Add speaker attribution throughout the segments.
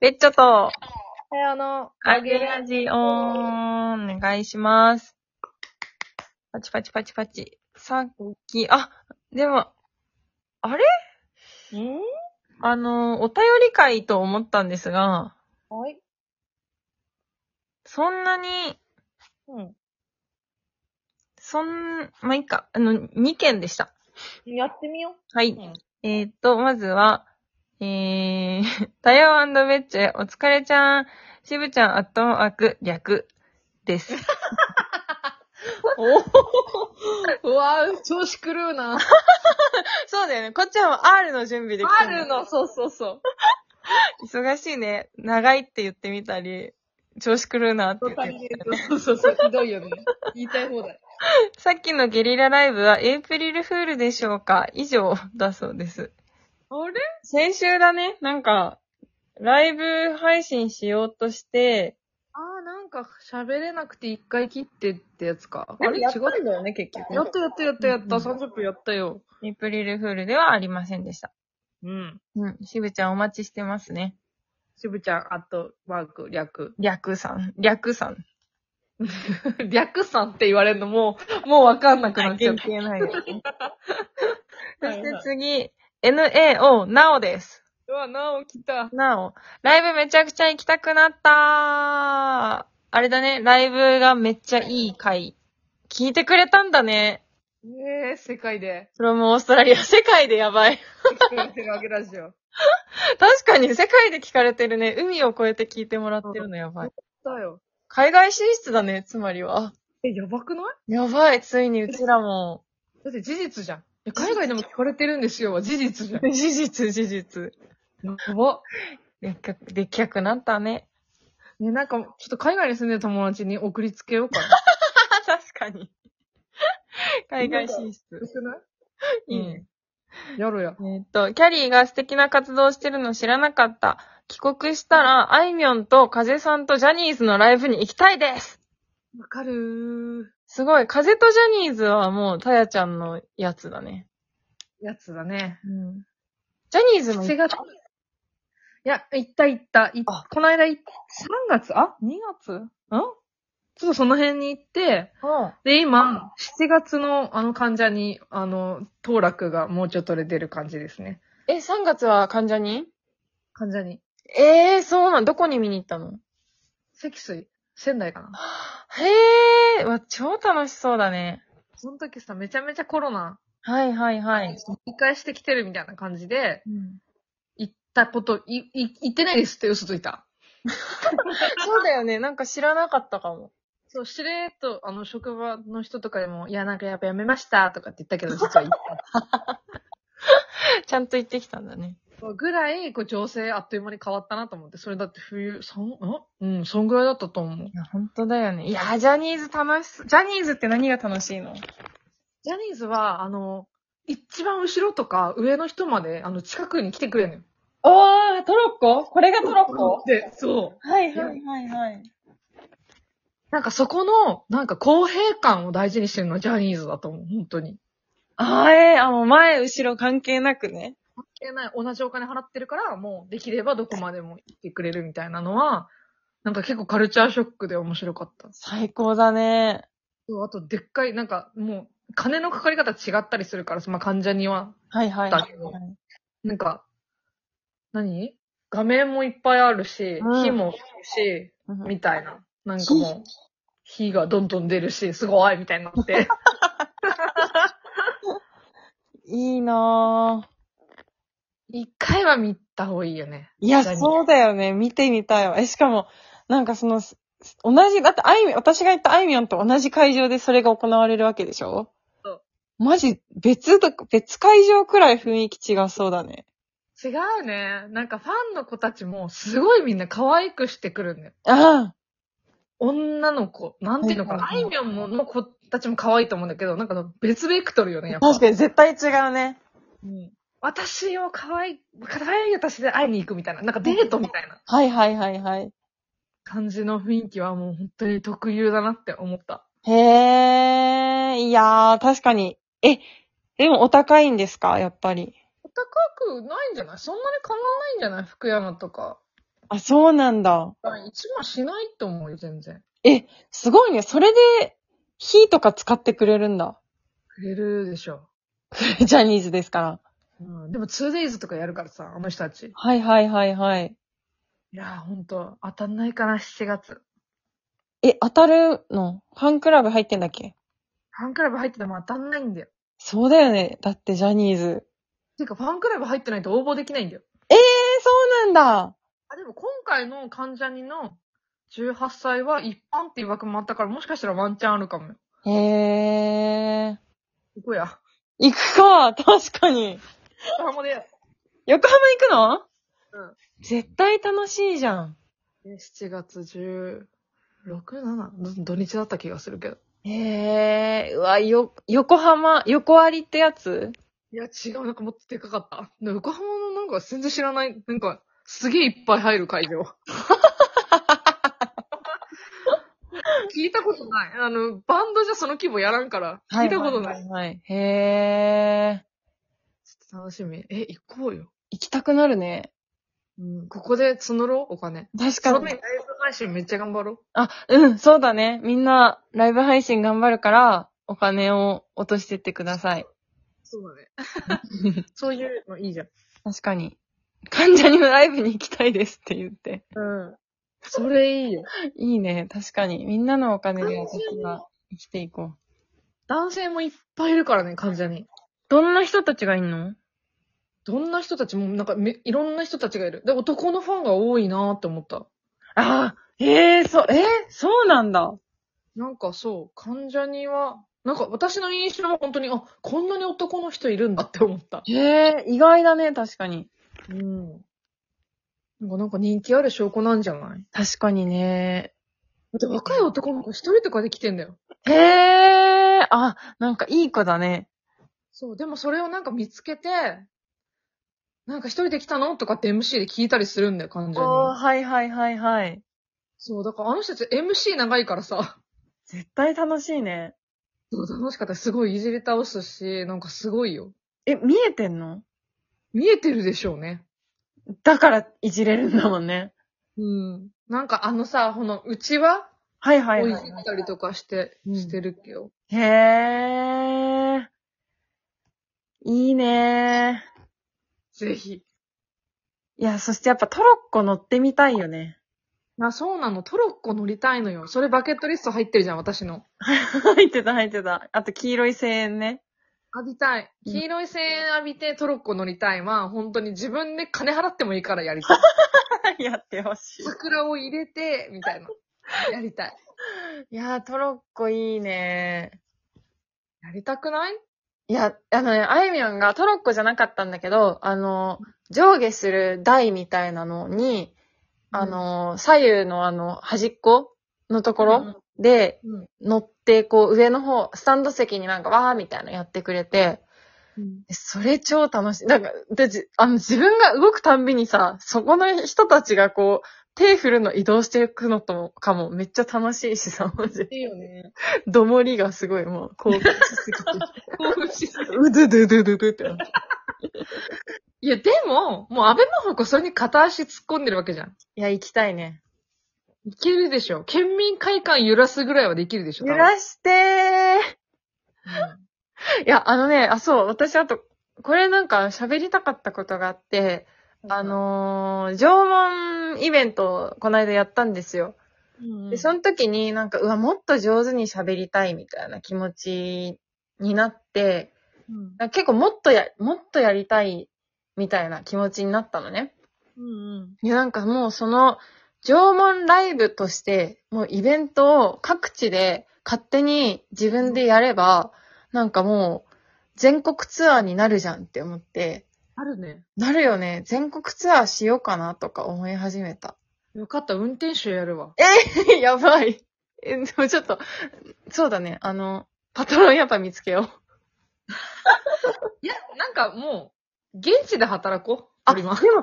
Speaker 1: ベッチョと、
Speaker 2: さよの、
Speaker 1: あげラジオン、お願いします。パチパチパチパチ。さっき、あ、でも、あれ
Speaker 2: ん
Speaker 1: あの、お便り会と思ったんですが、
Speaker 2: はい。
Speaker 1: そんなに、
Speaker 2: うん。
Speaker 1: そん、まあ、いっか、あの、2件でした。
Speaker 2: やってみよ
Speaker 1: は
Speaker 2: う。
Speaker 1: い。
Speaker 2: ん。
Speaker 1: えーっと、まずは、えー、 タヨアンドベッチェ、お疲れちゃん、しぶちゃん、アットマーク、略、です。
Speaker 2: お おうわぁ、調子狂うな。
Speaker 1: そうだよね。こっちはもう R の準備できたんだ。
Speaker 2: るの、 そうそうそう。
Speaker 1: 忙しいね。長いって言ってみたり、調子狂うなって言ってみたり。
Speaker 2: そうそうそう、ひどいよね。言いたい放題。
Speaker 1: さっきのゲリラライブはエイプリルフールでしょうか以上だそうです。
Speaker 2: あれ
Speaker 1: 先週だね。なんか、ライブ配信しようとして、
Speaker 2: あー、なんか喋れなくて一回切ってってやつか。あ
Speaker 1: あ
Speaker 2: れ
Speaker 1: れ
Speaker 2: 違
Speaker 1: 違
Speaker 2: っ
Speaker 1: ったんだよね、結
Speaker 2: た。やっ
Speaker 1: 局。
Speaker 2: たやったやったやった。
Speaker 1: うん
Speaker 2: 30分やったよ。
Speaker 1: エイプリルフールではありませんでした。
Speaker 2: うん。
Speaker 1: うん。しぶちゃんお待ちしてますね。
Speaker 2: しぶちゃん、アットマーク、略。
Speaker 1: 略さん。略さん。
Speaker 2: 略さんって言われるのもう、もうわかんなくなっちゃっ
Speaker 1: 関
Speaker 2: た。
Speaker 1: 係ないですね。そ
Speaker 2: はい
Speaker 1: し
Speaker 2: はい
Speaker 1: て次、NAO、なおです。
Speaker 2: うわ、なお、来た。
Speaker 1: なお、ライブめちゃくちゃ行きたくなったあれだね、ライブがめっちゃいい回。聞いてくれたんだね。
Speaker 2: ええ世界で。
Speaker 1: フロムオーストラリア、世界でやばい。
Speaker 2: 聞かれてるわけラジオ。
Speaker 1: 確かに世界で聞かれてるね。海を越えて聞いてもらってるのやばい。
Speaker 2: だよ。
Speaker 1: 海外進出だね、つまりは。
Speaker 2: え、やばくない
Speaker 1: やばい、ついにうちらも。
Speaker 2: だって事実じゃん。え海外でも聞かれてるんですよは事実じゃん。
Speaker 1: 事実、事実。
Speaker 2: やば。
Speaker 1: でっかく、でっかくなったね。
Speaker 2: ね、なんか、ちょっと海外に住んでる友達に送りつけようかな。
Speaker 1: 確かに。海外進出。
Speaker 2: 少ない
Speaker 1: いいね。
Speaker 2: やろうや。
Speaker 1: えーっと、キャリーが素敵な活動をしてるの知らなかった。帰国したら、あいみょんと風さんとジャニーズのライブに行きたいです
Speaker 2: わかるー。
Speaker 1: すごい。風とジャニーズはもう、たやちゃんのやつだね。
Speaker 2: やつだね。
Speaker 1: うん。ジャニーズも
Speaker 2: 7
Speaker 1: 行
Speaker 2: 月。いや、行った行った。い
Speaker 1: あ
Speaker 2: この間行っ3月あ ?2 月んちょっとその辺に行って、
Speaker 1: こ
Speaker 2: で、今、7月のあの患者に、あの、当落がもうちょっとで出る感じですね。
Speaker 1: う。え、3月は患者に
Speaker 2: 患者に。
Speaker 1: ええー、そうなん、どこに見に行ったの
Speaker 2: 積水、仙台かな。
Speaker 1: へえ、わ、超楽しそうだね。
Speaker 2: その時さ、めちゃめちゃコロナ、
Speaker 1: はいはいはい。
Speaker 2: 一回してきてるみたいな感じで、
Speaker 1: うん
Speaker 2: 行ったこと、い、い、行ってないですって嘘ついた。
Speaker 1: そうだよね。なんか知らなかったかも。
Speaker 2: そう、しれーっと、あの、職場の人とかでも、いや、なんかやっぱやめましたとかって言った けど、実は行っ
Speaker 1: ちゃんと行ってきたんだね。
Speaker 2: た。ぐらい、こう、情勢あっという間に変わったなと思って、それだって冬、そん、んうん、そんぐらいだったと思う
Speaker 1: い。や、本当だよね。いや、ジャニーズ楽しそう。ジャニーズって何が楽しいの
Speaker 2: ジャニーズは、あの、一番後ろとか上の人まで、あの、近くに来てくれんのよ。
Speaker 1: おー、トロッコこれがトロッ
Speaker 2: で、そう。
Speaker 1: はいはいはいはい。
Speaker 2: なんかそこの、なんか公平感を大事にしてるのはジャニーズだと思う、本当に。
Speaker 1: あーえー、あ、もう前、後ろ関係なくね。
Speaker 2: 関係ない、同じお金払ってるから、もうできればどこまでも行ってくれるみたいなのは、なんか結構カルチャーショックで面白かった。
Speaker 1: 最高だね。
Speaker 2: そうあと、でっかい、なんかもう、金のかかり方違ったりするから、その患者には。
Speaker 1: はいはい。
Speaker 2: だけどなんか、何画面もいっぱいあるし、
Speaker 1: うん
Speaker 2: 火もあるし、
Speaker 1: うん
Speaker 2: みたいな。なんかもう、火がどんどん出るし、すごいみたいになって。
Speaker 1: いいなぁ。
Speaker 2: 一回は見た方がいいよね。
Speaker 1: いや、
Speaker 2: ジャニーズ
Speaker 1: そうだよね。見てみたいわ。え、しかも、なんかその、す同じ、だってあいみ、私が行ったあいみょんと同じ会場でそれが行われるわけでしょ
Speaker 2: そう。
Speaker 1: マジ、別と、別会場くらい雰囲気違うそうだね。
Speaker 2: 違うね。なんかファンの子たちもすごいみんな可愛くしてくるんだよ。
Speaker 1: ああ。
Speaker 2: 女の子、なんていうのかな。
Speaker 1: は
Speaker 2: あ
Speaker 1: いはい
Speaker 2: いみょんもの子たちも可愛いと思うんだけど、なんか別ベクトルよね、やっぱ。
Speaker 1: 確かに絶対違うね。
Speaker 2: うん私を可愛い、可愛い私で会いに行くみたいな、なんかデートみたいな
Speaker 1: はいはいはいはい。
Speaker 2: 感じの雰囲気はもう本当に特有だなって思った。
Speaker 1: へえ、いやー、確かに。え、でもお高いんですかやっぱり。
Speaker 2: 高くないんじゃないそんなに変わらないんじゃない福山とか。
Speaker 1: あ、そうなんだ。
Speaker 2: 一万しないと思うよ、全然。
Speaker 1: すごいね。それで、火とか使ってくれるんだ。
Speaker 2: くれるでしょ。
Speaker 1: ジャニーズですから。
Speaker 2: うん、でも 2days とかやるからさ、あの人たち。
Speaker 1: はいはいはいはい。
Speaker 2: いやー、ほんと、当たんないかな、7月。
Speaker 1: え、当たるのファンクラブ入ってんだっけ
Speaker 2: ファンクラブ入ってても当たんないんだよ。
Speaker 1: そうだよね。だってジャニーズ。
Speaker 2: てか、ファンクラブ入ってないと応募できないんだよ。
Speaker 1: えー、そうなんだ。
Speaker 2: あ、でも今回の関ジャニの18歳は一般っていう枠もあったから、もしかしたらワンチャンあるかもよ。
Speaker 1: へえー。
Speaker 2: 行こうや。
Speaker 1: 行くか、確かに。
Speaker 2: 横浜で。
Speaker 1: 横浜行くの
Speaker 2: うん
Speaker 1: 絶対楽しいじゃん。
Speaker 2: 7月16、7? ど土日だった気がするけど。
Speaker 1: へえー、うわ、よ、横浜、横ありってやつ
Speaker 2: いや、違う、なんかもっとでかかった。で横浜のなんか全然知らない、なんか、すげえいっぱい入る会 場。聞いたことない。あの、バンドじゃその規模やらんから、聞いたことない。
Speaker 1: はい、はい。へえー、
Speaker 2: 楽しみ。え、行こうよ。
Speaker 1: 行きたくなるね。
Speaker 2: うん、ここで募ろう、お金。
Speaker 1: 確
Speaker 2: そ
Speaker 1: か
Speaker 2: の
Speaker 1: に
Speaker 2: 分。ライブ配信めっちゃ頑張ろう。
Speaker 1: あ、うん、そうだね。みんな、ライブ配信頑張るから、お金を落としてってください。
Speaker 2: そうだね。 そういうのいいじゃん。
Speaker 1: 確かに。患者にもライブに行きたいですって言って。
Speaker 2: うん。それいいよ。
Speaker 1: いいね。確かに。みんなのお金で
Speaker 2: 患者
Speaker 1: 私
Speaker 2: に
Speaker 1: は生きていこう。
Speaker 2: 男性もいっぱいいるからね、患者に。
Speaker 1: どんな人たちがいんの
Speaker 2: どんな人たちも、なんかめ、いろんな人たちがいる。で、男のファンが多いなーって思った。
Speaker 1: ああ、ええそう、えーそうなんだ。
Speaker 2: なんかそう、患者には、なんか私の印象は本当に、あ、こんなに男の人いるんだって思った。
Speaker 1: ええ意外だね、確かに。
Speaker 2: うん。なんかなんか人気ある証拠なんじゃない
Speaker 1: 確かにね。
Speaker 2: だって若い男の子一人とかで来てんだよ。
Speaker 1: へえあ、なんかいい子だね。
Speaker 2: そう、でもそれをなんか見つけて、なんか一人で来たのとかって MC で聞いたりするんだよ、患者
Speaker 1: おー、
Speaker 2: に。
Speaker 1: はいはいはいはい。
Speaker 2: そう、だからあの人たち MC 長いからさ。
Speaker 1: 絶対楽しいね。
Speaker 2: そう、楽しかった。すごいいじり倒すし、なんかすごいよ。
Speaker 1: え、見えてんの
Speaker 2: 見えてるでしょうね。
Speaker 1: だからいじれるんだもんね。
Speaker 2: うん。なんかあのさ、この、うちわ
Speaker 1: はいは
Speaker 2: を
Speaker 1: い
Speaker 2: いじ
Speaker 1: は
Speaker 2: ったりとかして、
Speaker 1: うん
Speaker 2: してるけど。
Speaker 1: い。へえいいね
Speaker 2: ぜひ。
Speaker 1: いや、そしてやっぱトロッコ乗ってみたいよね。
Speaker 2: あ、そうなの。トロッコ乗りたいのよ。それバケットリスト入ってるじゃん、私の。
Speaker 1: 入ってた入ってた。あと黄色い声援ね。
Speaker 2: 浴びたい。
Speaker 1: うん
Speaker 2: 黄色い声援浴びてトロッコ乗りたいは、本当に自分で金払ってもいいからやりたい。
Speaker 1: やってほしい。
Speaker 2: 桜を入れて、みたいな。やりたい。
Speaker 1: いやー、トロッコいいね
Speaker 2: やりたくない
Speaker 1: いや、あのね、あいみょんがトロッコじゃなかったんだけど、あの、上下する台みたいなのに、あ、の、左右のあの、端っこのところで
Speaker 2: うん。
Speaker 1: 乗って、こう上の方、スタンド席になんかわーみたいなのやってくれて、
Speaker 2: うん。
Speaker 1: それ超楽しい。なんか、で、じあの、自分が動くたんびにさ、そこの人たちがこう、手振るの移動していくのとかもめっちゃ楽しいしさ、マジ。
Speaker 2: いいよね。
Speaker 1: どもりがすごい、もう、興奮しすぎて。
Speaker 2: 興奮しすぎ
Speaker 1: うずずずずずってなって。
Speaker 2: いや、でも、もう安倍真帆子それに片足突っ込んでるわけじゃん。
Speaker 1: いや、行きたいね。
Speaker 2: いけるでしょ。県民会館揺らすぐらいはできるでしょ。
Speaker 1: 揺らしてー
Speaker 2: 多分
Speaker 1: いや、あのね、あ、そう、私あと、これなんか喋りたかったことがあって、
Speaker 2: うん
Speaker 1: あ、のー、縄文イベントをこの間やったんですよ。
Speaker 2: うん
Speaker 1: で、その時になんか、うわ、もっと上手に喋りたいみたいな気持ちになって、
Speaker 2: うん
Speaker 1: なんか結構もっとや、もっとやりたいみたいな気持ちになったのね。
Speaker 2: うん。
Speaker 1: いや、なんかもうその、縄文ライブとして、もうイベントを各地で勝手に自分でやれば、なんかもう、全国ツアーになるじゃんって思って、
Speaker 2: あるね。
Speaker 1: なるよね、全国ツアーしようかなとか思い始めた。
Speaker 2: よかった、運転手やるわ。
Speaker 1: やばい。 え、でもちょっと、そうだね、あの、パトロンやっぱ見つけよう。
Speaker 2: いや、なんかもう、現地で働こう。
Speaker 1: あ、で
Speaker 2: 俺
Speaker 1: も、
Speaker 2: は
Speaker 1: たや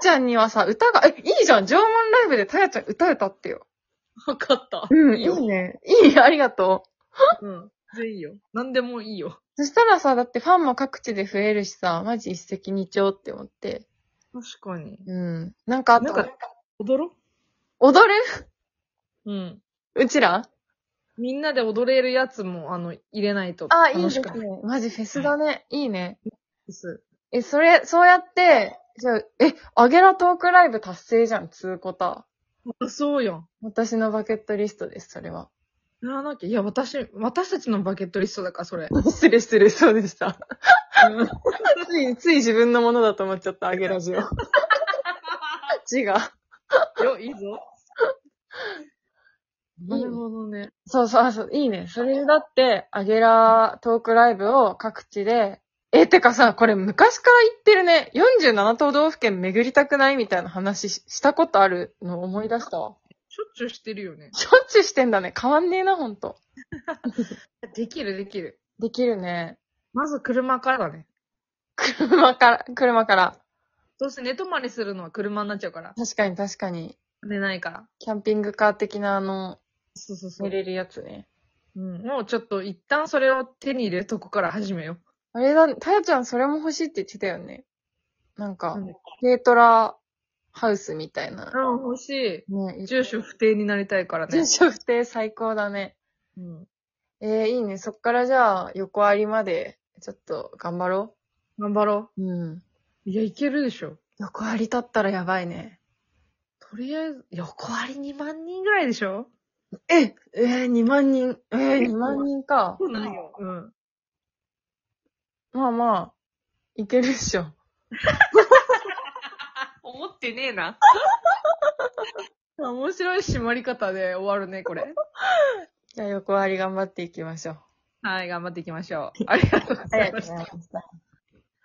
Speaker 1: ちゃんにはさ、歌が、え、いいじゃん、縄文ライブでたやちゃん歌歌ってよ。
Speaker 2: わかった。いい
Speaker 1: い
Speaker 2: よ。
Speaker 1: いね。いい、ありがとう。
Speaker 2: うん。全然いいよ。なんでもいいよ。
Speaker 1: そしたらさ、だってファンも各地で増えるしさ、マジ一石二鳥って思って。
Speaker 2: 確かに。
Speaker 1: うん。なんかあと、
Speaker 2: なんか踊ろ
Speaker 1: 踊る
Speaker 2: うん。
Speaker 1: うちら
Speaker 2: みんなで踊れるやつも、あの、入れないと
Speaker 1: あ、いい
Speaker 2: 楽
Speaker 1: です
Speaker 2: し
Speaker 1: ね
Speaker 2: くない。
Speaker 1: マジフェスだね。いいね。
Speaker 2: です。
Speaker 1: え、それ、そうやって、じゃあえ、アゲラトークライブ達成じゃん、つうこと。
Speaker 2: あそうやん。
Speaker 1: 私のバケットリストです、それは。
Speaker 2: やらなきゃ。いや、私、私たちのバケットリストだから、 それ。
Speaker 1: 失礼失礼、そうでした。
Speaker 2: うん
Speaker 1: つい、つい自分のものだと思っちゃった、アゲラ ジオ。字が。
Speaker 2: よ、いいぞ。 なるほどね。
Speaker 1: そうそうそう、いいね。それだって、アゲラトークライブを各地で、え、てかさ、これ昔から言ってるね。47都道府県巡りたくないみたいな話ししたことあるの思い出したわ。
Speaker 2: しょっちゅうしてるよね。
Speaker 1: しょっちゅうしてんだね。変わんねえな、ほんと。
Speaker 2: できる、できる。
Speaker 1: できるね。
Speaker 2: まず車からだね。
Speaker 1: 車から、車から。
Speaker 2: どうせ寝泊まりするのは車になっちゃうから。
Speaker 1: 確かに確かに。
Speaker 2: 寝ないから。
Speaker 1: キャンピングカー的なあの、
Speaker 2: そうそうそ
Speaker 1: 寝
Speaker 2: う。
Speaker 1: れるやつね。
Speaker 2: うん、もうちょっと一旦それを手に入れとこから始めよ
Speaker 1: あれだ、たやちゃんそれも欲しいって言ってたよね。なん
Speaker 2: う。
Speaker 1: か
Speaker 2: う、ん、
Speaker 1: 軽トラハウスみたいな。
Speaker 2: 欲し
Speaker 1: ね
Speaker 2: い。住所不定になりたいからね
Speaker 1: 住。所不定最高だね。
Speaker 2: うん、
Speaker 1: えー、いいね。そっからじゃあ、横ありまで、ちょっと頑張ろ
Speaker 2: 頑張ろ
Speaker 1: う。うん。
Speaker 2: う。いや、いけるでしょ。
Speaker 1: 横あり立ったらやばいね。
Speaker 2: とりあえず、横割り2万人ぐらいでしょ
Speaker 1: え、えー、2万人。えー、2万人か。
Speaker 2: そうなんよ。うん。
Speaker 1: まあまあ、いけるっしょ。
Speaker 2: 思ってねえな。面白い締まり方で終わるね、これ。
Speaker 1: じゃあ、横割り頑張っていきましょう。
Speaker 2: はい、頑張っていきましょう。ありがとうございました。
Speaker 1: いました。